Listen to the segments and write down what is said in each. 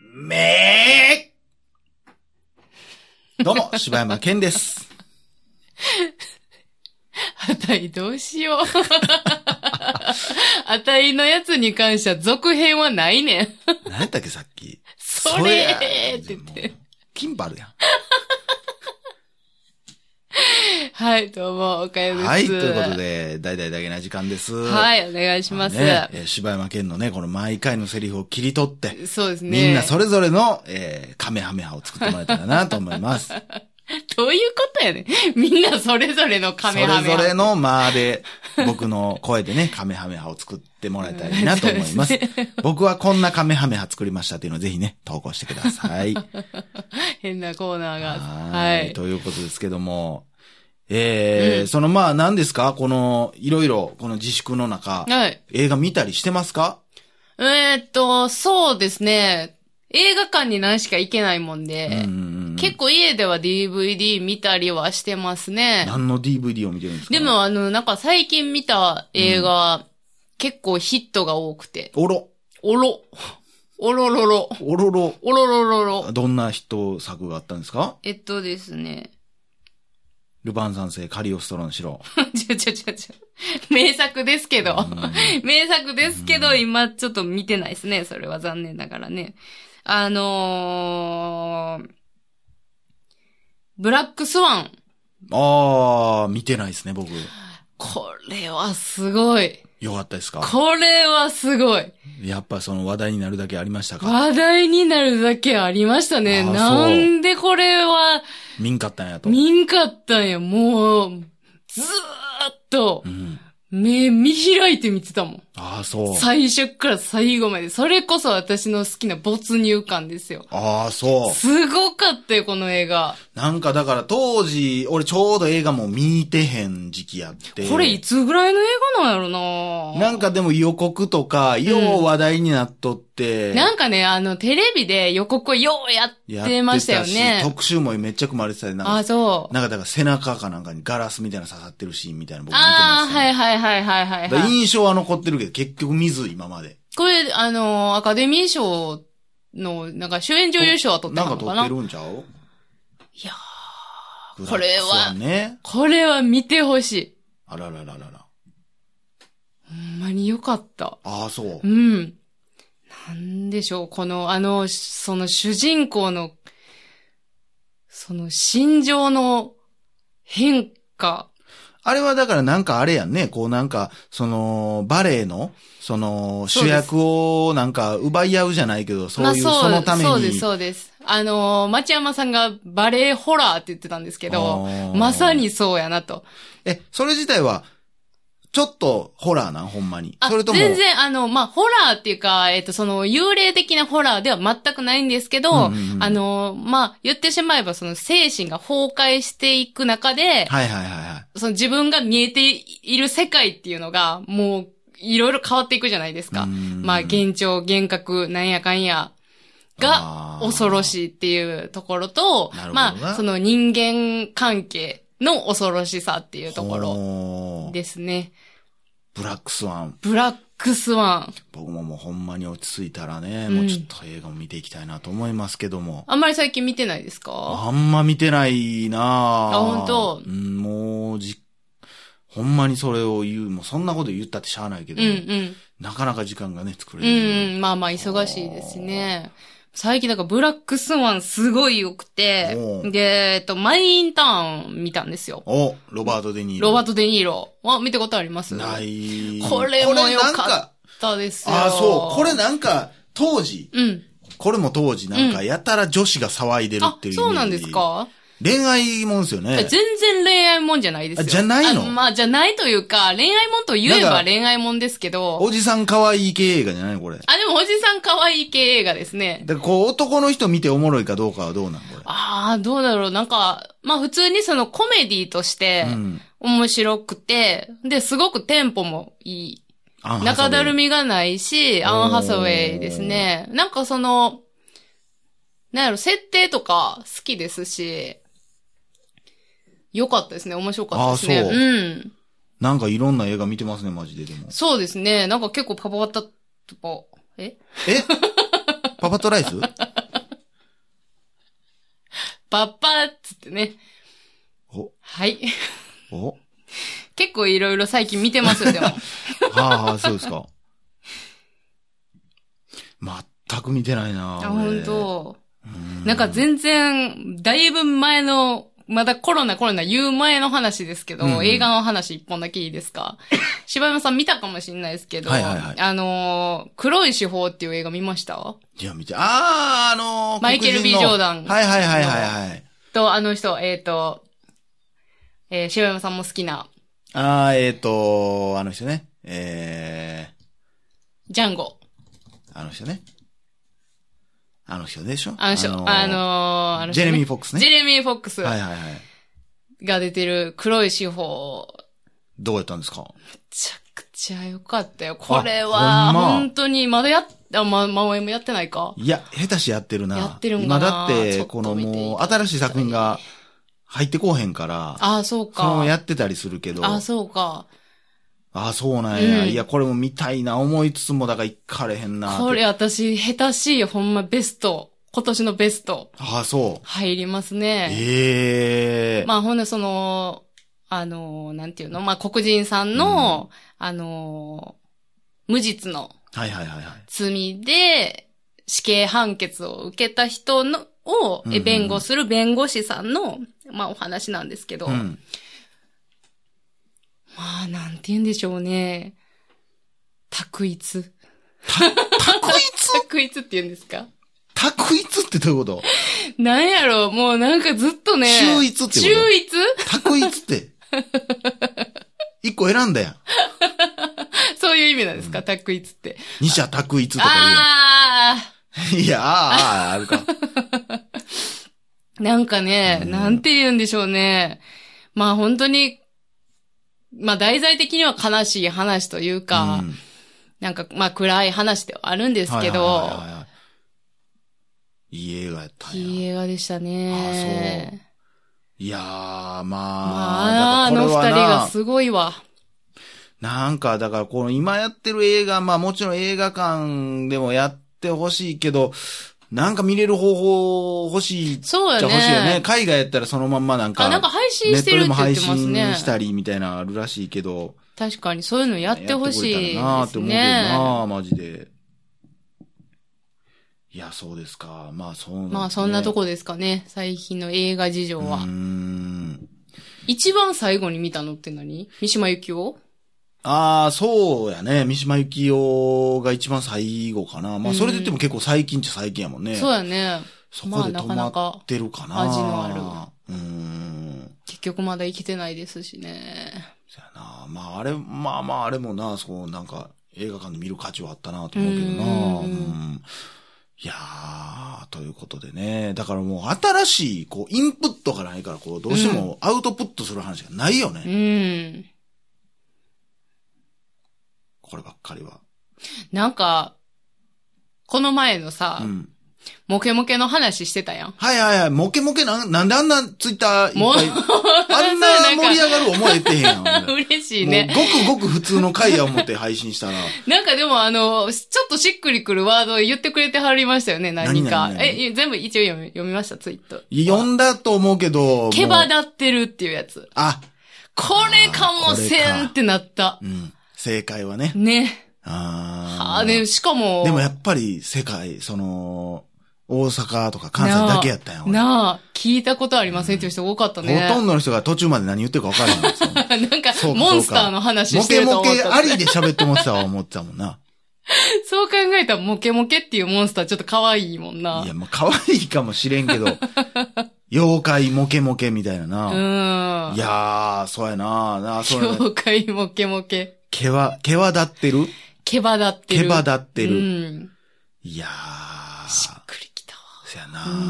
めーどうも、 柴山健です。あたいどうしよう。 あたいのやつに関しては続編はないねん。何やったっけ、さっき。それーってそり言っゃて。。キンパあるやん。はい、どうも、おかよです。はい、ということ。で、大々だけな時間です。い。はい、お願いします。ね、えー柴山健のね、この毎回のセリフを切り取って、そうですね。みんなそれぞれの、えー、カメハメハを作ってもらえたらなと思います。どういうことやねん。みんなそれぞれの カメハそれメ派。ぞれの間で、僕の声でね、カメハメハを作ってもらえたらいいなと思いまうすんそう ですね。僕はこんなカメハメハ作りましたっていうのをぜひね、投稿してください。変なコーナーが。は。はいい。ということですけども、えーうんそのまあ何ですかこの、いろいろ、この自粛の中、はい。映画見たりしてますかえーっと、そうですね。映画館に何しか行けないもんで、結構。構家では DVD 見たりはしてますね。何の DVD を見てるんですかで、も、あの、なんか最近見た映画、結構ヒットが多くて。おろ、おろ。おろろろ。おろろ、おろろろろ。どんな人作があったんですかえっとですね。 ルパン三世、カリオストロの城。ちょちょちょちょ。名作ですけど。名作ですけど、今ちょっと見てないですね。それは残念ながらね。あのー、ブラックスワン。あー、見てないですね、僕。これはすごい。よかったですかこれはすごい。やっぱその話題になるだけありましたか話題になるだけありましたね。あそうなんでこれは見んかったんやと。見んかったんや。もう、ずーっとうん。目見開いて見てたもん。ああ、そう。最初から最後まで。それこそ私の好きな没入感ですよ。ああ、そう。すごかったよ、この映画。なんかだから当時、俺ちょうど映画も見てへん時期やって。これいつぐらいの映画なんやろななんかでも予告とか、よう話題になっとって。なんかね、あの、テレビで予告をようややっってましたよねし。特集もめっちゃ組まれてたで、なんあ、か、そう。なんかだから背中かなんかにガラスみたいなの刺さってるシーンみたいなの僕見てあまあ、した、はいね。はいはいはいはだい、からはい。印象は残ってるけど、結局見ず、今まで。これ、あの、アカデミー賞の、なんか主演女優賞は取ってなたんかの撮かっなてるんちゃういやブラックスこれはね。これは見てほしい。あららららら。ほんまによかった。ああ、そうう。ん。なんでしょう、この、あの、その主人公の、その心情の変化。あれはだからなんかあれやんね。こうなんか、その、バレエの、その、そ主うです役をなんか奪い合うじゃないけど、そういう、そのために。そうです、そうです。あの、町山さんがバレエホラーって言ってたんですけど、あーまさ。にそうやなと。え、それ自体は、ちょっとホラーなん、ほんまに。あ、それとも、全然、あの、まあ、ホラーっていうか、えっ、と、その、幽霊的なホラーでは全くないんですけど、うんうんうんあの、まあ、言ってしまえば、その、精神が崩壊していく中はで、いはいはいはい。その自分が見えている世界っていうのが、もう、いろいろ変わっていくじゃないですか。うんまあ、幻聴、幻覚、なんやかんや、が、が恐ろい。しいっていうところとなるほど、なまあ、その人間関係の恐ろしさっていうところろですね。ブラックスワン。ブラックスワン。僕ももうほんまに落ち着いたらね、うんもうちょっと映画も見ていきたいなと思いますけども。あんまり最近見てないですかあんま見てないなああ本当うん、もう、じ、ほんまにそれを言う、もうそんなこと言ったってしゃあないけうど、んうん。なかなか時間がね、作れうる。んうん。まあまあ、忙しいですね。最近、だから、ブラックスワンすごい良くてお、うで、えっと、マイインターン見たんですよ。お、ロバート・デ・ニーロ。ロバート・デ・ニーロ。あ、見たことありますない。これもよこれなんかったですよ。ああ、そう。これなんか、当時、うん。これも当時、なんか、やたら女子が騒いでるあってい、う。そうなんです。か恋愛もんですよね。全然恋愛もんじゃないですよ。あじゃないのあまあ、じゃないというか、恋愛もんと言えなんかば恋愛もんですけど、おじさん可愛い系映画じゃないこれ。だかあ、でもおじさん可愛い系映画ですね。らこう、男の人見ておもろいかどうかはどうなんこれ。ああ、どうだろう。なんか、まあ普通にそのコメディとしてうん。面白くて、で、すごくテンポもいい。アンハサウ中ェイだるみがないし、アン・ハサウェイですね。なんかその、なんやろ、設定とか好きですし、良かったですね。面白かったですね。あーそううん。なんかいろんな映画見てますね、マジででも。そうですね。なんか結構パパワタとか、え えパパトライスパパっつってね。お、はい。 お結構いろいろ最近見てますよ、で も。はあはあ、そうですか。全く見てないなあ、ぁ。本俺当。うんなんか全然、だいぶ前の、まだコロナコロナ言う前の話ですけど、うんうん映画の話一本だけいいで すか柴山さん見たかもしれないですけど、はいはいはいあのー黒い手法っていう映画見ましたいや、見て、あー、あのー、マイケル B 黒人のジョーダンはいはいはいはいはい。と、あの人、えっ、と、えー、柴山さんも好きな、あー、えっ、ー、と、あの人ね。えジャンゴ。ー、あの人ね。あの人でしょあの人、あのー、あのジェレミー・ー・フフォッォックスジェね。レミー・フォックスはいはいはい。が出てる黒い手法どうやったんですかめちゃくちゃ良かったよ。これほは、んま本当に、まだやっ、あ、ま、まもやってないか。いや、下手しやってるな。やってるんかな今だっちょて、っことの見ていただきたいもう、新しい作品が入ってこうへんから、ああ、そうそのままやか。ってたりするけど、ああ、そうか。あそうなんや、うんいや、これも見たいな、思いつつも、だから行かれへんなって。これ私、下手しいよ、ほんまベスト。今年のベスト、ああ、そう。入りますね。ええまあ、ほんで、その、あの、なんていうのまあ、黒人さんの、あの、無実のはいはいはいはい。罪で死刑判決を受けた人の、を、うんうえん弁護する弁護士さんの、まあ、お話なんですけど、うん。まあ、なんて言うんでしょうね。択一。こいつ択一って言うんですか択一ってどういうことなんやろうもうなんかずっとね。秀逸ってこと秀逸択一 って。一個選んだやん。そういう意味なんですか、択一って。二者択一とかあ言うやん。いや、ああ、あああるか。ーなんかね、うんなんて言うんでしょうね。まあ本当に、まあ題材的には悲しい話というか、うんなんかまあ暗い話ではあるんですはいけど、はいはいはいはいいい映画やったんやいい映画でしたあそね。いやー、まあ、まあ、あだのからこ二れは人ながすごいわ。なんか、だから、この今やってる映画、まあもちろん映画館でもやってほしいけど、なんか見れる方法欲しいっちそうゃや欲しいよね。ね。海外やったらそのまんまなんか、あ、なんか配信ネしットてるでっても言っ配てます信ね。したりみたいなのあるらしいけど、確かにそういうのやってほしいやってくれたらなーでってす思うけどなね。ー、マジで。いや、そうですか。まあ、そう、まあそんなとこですかね、最近の映画事情うはー。ん。一番最後に見たのって何三島由紀夫ああ、そうやね。三島由紀夫が一番最後かな。まあ、それで言っても結構最近っちゃ最近やもんね。そうやね。そこで止まってるかな。まあなか味なかのある。うーん。結局まだ生きてないですしね。そやな。まあ、あれ、まあまあ、あれもな、そう、なんか、映画館で見る価値はあったなと思うけどな。うんうんいやー、ということでね。だからもう、新しい、こう、インプットがないから、こう、どうしてもアウトプットする話がないよね。うん。こればっかりは。なんか、この前のさ、うん。モケモケの話してたやん。はいはいはい。モケモケなん、なんであんなツイッターいっもうぱい、 あんな盛り上がる思えてへんやん。俺嬉しいね。もうごくごく普通の回や思って配信したら。なんかでもあの、ちょっとしっくりくるワードを言ってくれてはりましたよね、何か。何々何え、全部一応読み読みました、ツイート。読んだと思うけど。毛もう羽立ってるっていうやつ。あ、これかもせんってなった。うん。正解はね。ね。ああーで、しかも。でもやっぱり世界、その、大阪とか関西だけやったんやん俺。なあ、聞いたことありませんっていう人多かったね。ほとんどの人が途中まで何言ってるか分からへんないですよ なんかそう、かモンスターの話モしてケるとモ思っケた。ありで喋ってもってたわ、思ってたもんな。そう考えたら、モケモケっていうモンスターちょっと可愛いもんな。いや、まあ、可愛いかもしれんけど、妖怪モケモケみたいな うな。ーん。いやー、そうやななあ、そうやな妖怪モケモケ。毛は、毛は立ってる毛羽立ってる。毛羽立ってる。うん。いやしーっ、くりきたわ。そや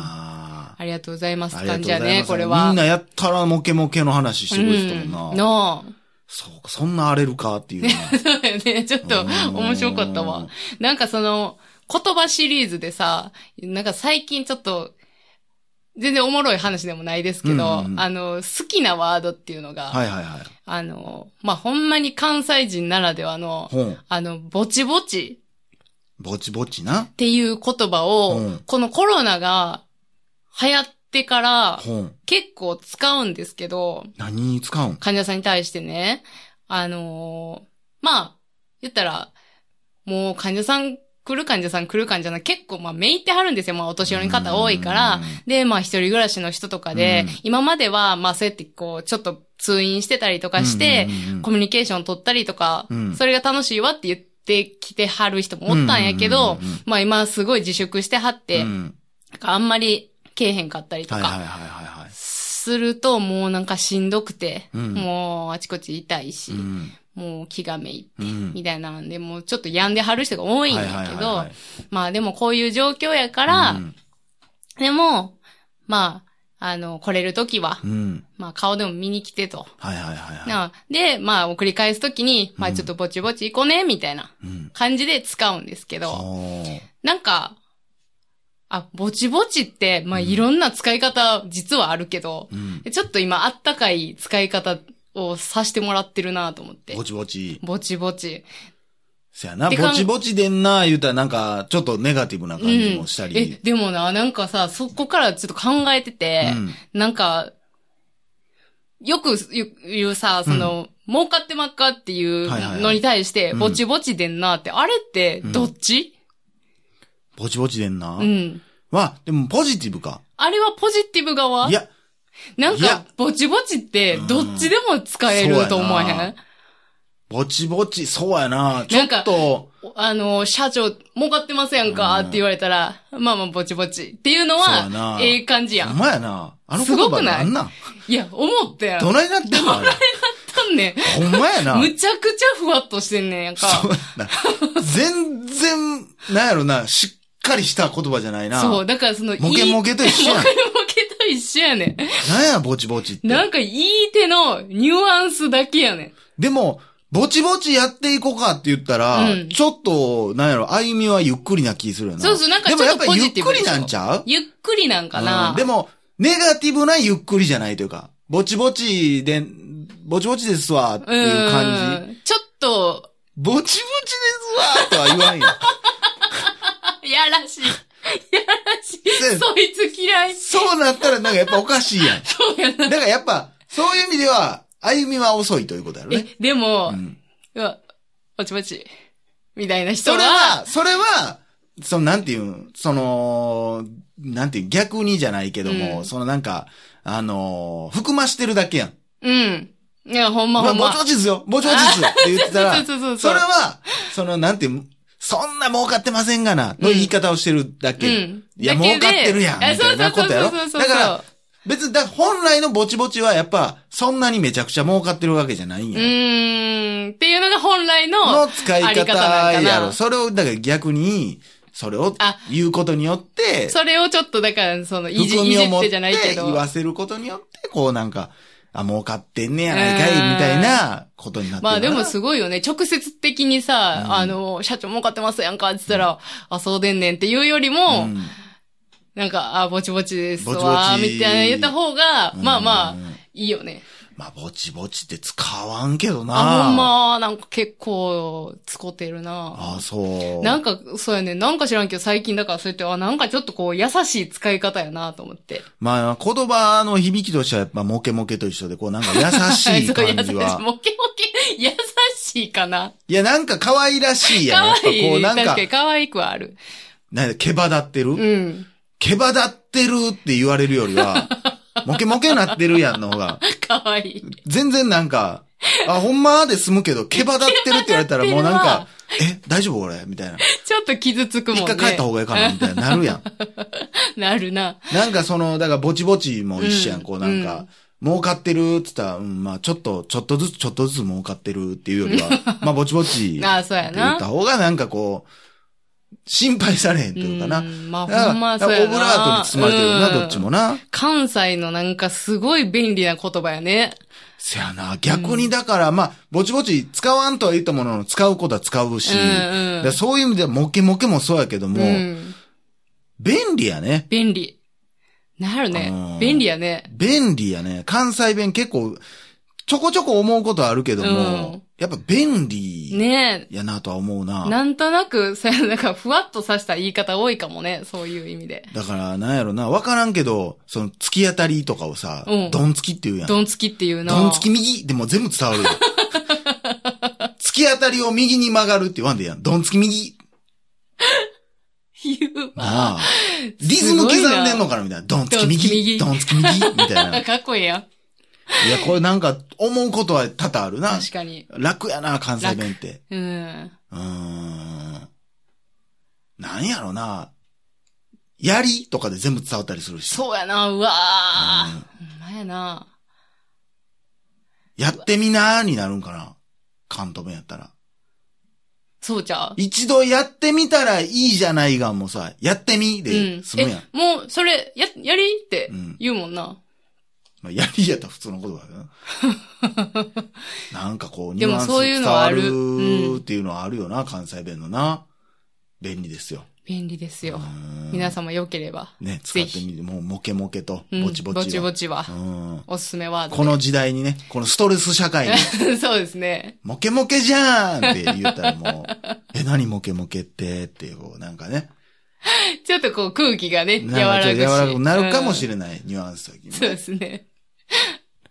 なありがとうございます。ありがと感うごじざやいますね、これは。みんなやったらモケモケの話してくれてたもうんん。な。なあ。 そうか、そんな荒れるかっていうな。そうよね。 ちょっとうん面白かったわ。なんかその、言葉シリーズでさ、なんか最近ちょっと、全然おもろい話でもないですけど、うんうんうんあの、好きなワードっていうのが、はいはいはい。あの、まあ、ほんまに関西人ならではの、本。あの、ぼちぼちぼちぼちな。っていう言葉を、うんこのコロナが流行ってから本。結構使うんですけど、何に使うん患者さんに対してね、あのーまあ、言ったら、もう患者さん来る患者さん来る患者さん結構まあめいってはるんですよ。まあお年寄りの方多いから。、で、まあ一人暮らしの人とかで、うん今まではまあそうやってこう、ちょっと通院してたりとかして、、コれミュニケーション取ったりとか、うんそれが楽しいわって言ってきてはる人もおったんやけど、、うんうんうんうんまあ今すごい自粛してはって、うんなんかあんまりけえへんかったりとはいか、はいはいはいはい。するともうなんかしんどくて、うんもうあちこち痛いし、うんもう気がめい、うんみたいなんで、もうちょっと病んではる人が多いんはやいはいけはいどはい、まあでもこういう状況やから、うんでも、まあ、あの、来れるときは、うん。まあ顔でも見に来てと。はいはいはいはい。なで、まあ送り返すときに、まあちょっとぼちぼち行こうね、みたいなうん。感じで使うんですけど、おーなんか、あ、ぼちぼちって、まあ、いろんな使い方、実はあるけど、うん。ちょっと今、あったかい使い方をさしてもらってるなと思ってぼ。ちぼち。ぼちぼち。せやな、てかぼちぼちでんな、言うたらなんか、ちょっとネガティブなう感じんもした。えり、。でもな、なんかさ、そこからちょっと考えてて、うんなんか、よく言う言うさ、その、儲かってまっかっていうはいはいはいのに対して、うんぼちぼちでんなって、あれって、どっち、ぼちぼちでんなうん、。は、でもポジティブか。あれはポジティブ側いや、なんいやか、ぼちぼちって、どっちでも使えると思わへうんんぼちぼち、そうやな。ちょなんっかと、あの、社長、儲かってませんかうっんて言われたら、まあまあ、ぼちぼち。っていうのそうやなは、ええ感じやほんん。まやな。あのす言ご葉くないなんなんいや、思ったやん。どないなってんのあれ。とんねん。ほんまやな。むちゃくちゃふわっとしてんねんやんか。そうやな全然、なんやろな、しっかりした言葉じゃないな。そう、だからその、モケいいモケと一緒やんモケモケと一緒やねなんや、ぼちぼちってん。。なんか、いい手のニュアンスだけやねん。でも、ぼちぼちやっていこうかって言ったら、うんちょっと、なんやろ、歩みはゆっくりな気するよな。そうそう、なんかでちもょやっっとぱポゆジっティブくでしりょ。なんちゃうゆっくりなんかな。うんでも、ネガティブなゆっくりじゃないというか、ぼちぼちで、ぼちぼちですわっていう感じ。じ。ちょっと、ぼちぼちですわとは言わ んよ。いや らしい。いやらしせい。そいつ嫌い。そうなったらなんかやっぱおかしいやん。そうやだな。からやっぱ、そういう意味では、歩みは遅いということだろえね。、でもう、ん。うわ、ぼちぼち。みたいなそ人は、れは、それは、その、なんていうん、その、なんていう、逆にじゃないけども、うんそのなんか、あのー含ましてるだけやん。うん。いや、ほんままほあ、んぼまち。ぼちですよ、ぼちぼちですよって言ってた そら、うそうそうそそうれは、その、なんていう、そんな儲かってませんがな、の言い方をしてるだけ。うん。いや、だけ儲でかってるやん、みあたいなことやろ。そうそうそうそうだから、別に、だから本来のぼちぼちはやっぱ、そんなにめちゃくちゃ儲かってるわけじゃないんうや。ーん。っていうのが本来の、の使いあり方方なんかやろ。なそれを、だから逆に、それをあ言うことによって、それをちょっとだから、その、いじ、含いみじを持っっててじゃないけ言ど。わせることによって、こうなんか、あ、儲かってんねやないかい、うんみたいなことになってるまあでもすすごいよね。直接的にさ、うんあの、社長儲かってますやんかって言ったら、あ、そうでんねんっていうよりも、なんか、あ、ぼちぼちですわ、ぼちぼちみたいな言った方が、まあまあうん、いいよね。まあ、ぼちぼちって使わんけどな。あ、ほんま、なんか結構、使ってるな。あ、そう。なんか、そうやね。なんか知らんけど、最近だからそうやって、あ、なんかちょっとこう、優しい使い方やなと思って。まあ、言葉の響きとしては、やっぱ、モケモケと一緒で、こう、なんか優しい そう感優しじいは。モケモケ、優しいかな。いや、なんか可愛らしいやん。可愛やっい。ぱこう、確なんかかに、可愛くはある。なんか毛羽立ってる、うん。毛羽立ってるって言われるより は、モケモケなってるやんの方が、可愛い。全然なんか、あ、ほんまで済むけど、 毛羽立ってるって言われたらもうなん毛羽か、え、大丈夫これみたいな。ちょっと傷つくもん一ね。回帰った方がいいかなみたい な、なるやん。なるな。なんかその、だからぼちぼちも一緒やん、うんこうなんか、儲かってるって言ったら、うん、まあちょっと、ちょっとずつ、ちょっとずつ儲かってるっていうより は、まあぼちぼち、ああ、そうやって言なっ。た方がなんかこう、心配されへんというかな。んまあ、だからほんまそうやな。オブラートに包まれてるな、うんどっちもな。関西のなんかすごい便利な言葉やね。せやな、逆にだから、まあ、ぼちぼち使わんとは言ったものの、使うことは使うし、うんうんだからそういう意味では、モケモケもそうやけども、うん。便利やね。便利。なうるねん。便利やね。便利やね。関西弁結構、ちょこちょこ思うことあるけども、うんやっぱ便利ねやなとは思うな。え。なんとなく、そうやなんか、ふわっとさした言い方多いかもね。そういう意味で。だから、なんやろな、わからんけど、その、突き当たりとかをさ、うんドンつきって言うやん。ドンつきっていうな。ドンつき右でも全部伝 わるよ。突き当たりを右に曲がるって言わんでいいやん。ドンつき右。言うわ。ああ。リズム刻んでんのかなみたいな。ドンつき右。ドドンつき右。みたいな。いかっこええやん。や、これなんか、思うことは多々あるな。確かに。楽やな、関西弁って。うん。うーん。なんやろな。やりとかで全部伝わったりするし。そうやな、うわうんー。ほんまやな。やってみなーになるんかな関東弁やったら。そうちゃう一度やってみたらいいじゃないがんもさ、やってみうでん済むやん。もう、それ、や、やりってうん言うもんな。まあ、やりやったら普通の言葉だよ な。なんかこう、ニでュもアンスそういう伝のはわあるるっていうのはあるよな、関西弁のな。便利ですよ。便利ですよ。皆皆様良ければ。ね、使ってみて、もうモケモケと、うんぼちぼちは。ぼちぼちは。うんおすすめワードこで。の時代にね、このストレス社会に、 そうですね。モケモケじゃーんって言ったらもう、 え、何モケモケってっていう、こうなんかね、ちょっとこう空気がね、なん柔からちょぐっと柔し。らかくなるかもしない。れない、ニュアンス的にそうですね。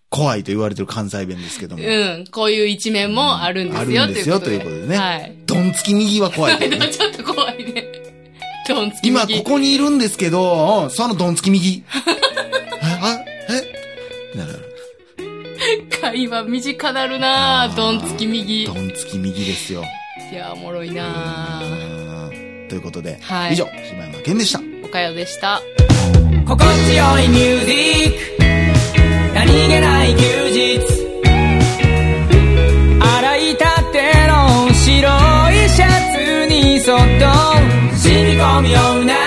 怖いと言われてる関西弁ですけども。うん。こういう一面もあるんですよ。あるんですよということということででねはい。ドンつき右は怖いけどね。ちょっと怖い ね。ドンつき今右ここにいるんですけど、うんそのドンつき右。 え、あ、えなる会話短なるなあーぁ。ドンつき右。いドンつき右ですよ。や、おもろいうなぁ。ーんということで、はい以上、柴山健でした。おかよでした。心地よいミュージック何気ない休日洗いたての白いシャツにそっと染み込むような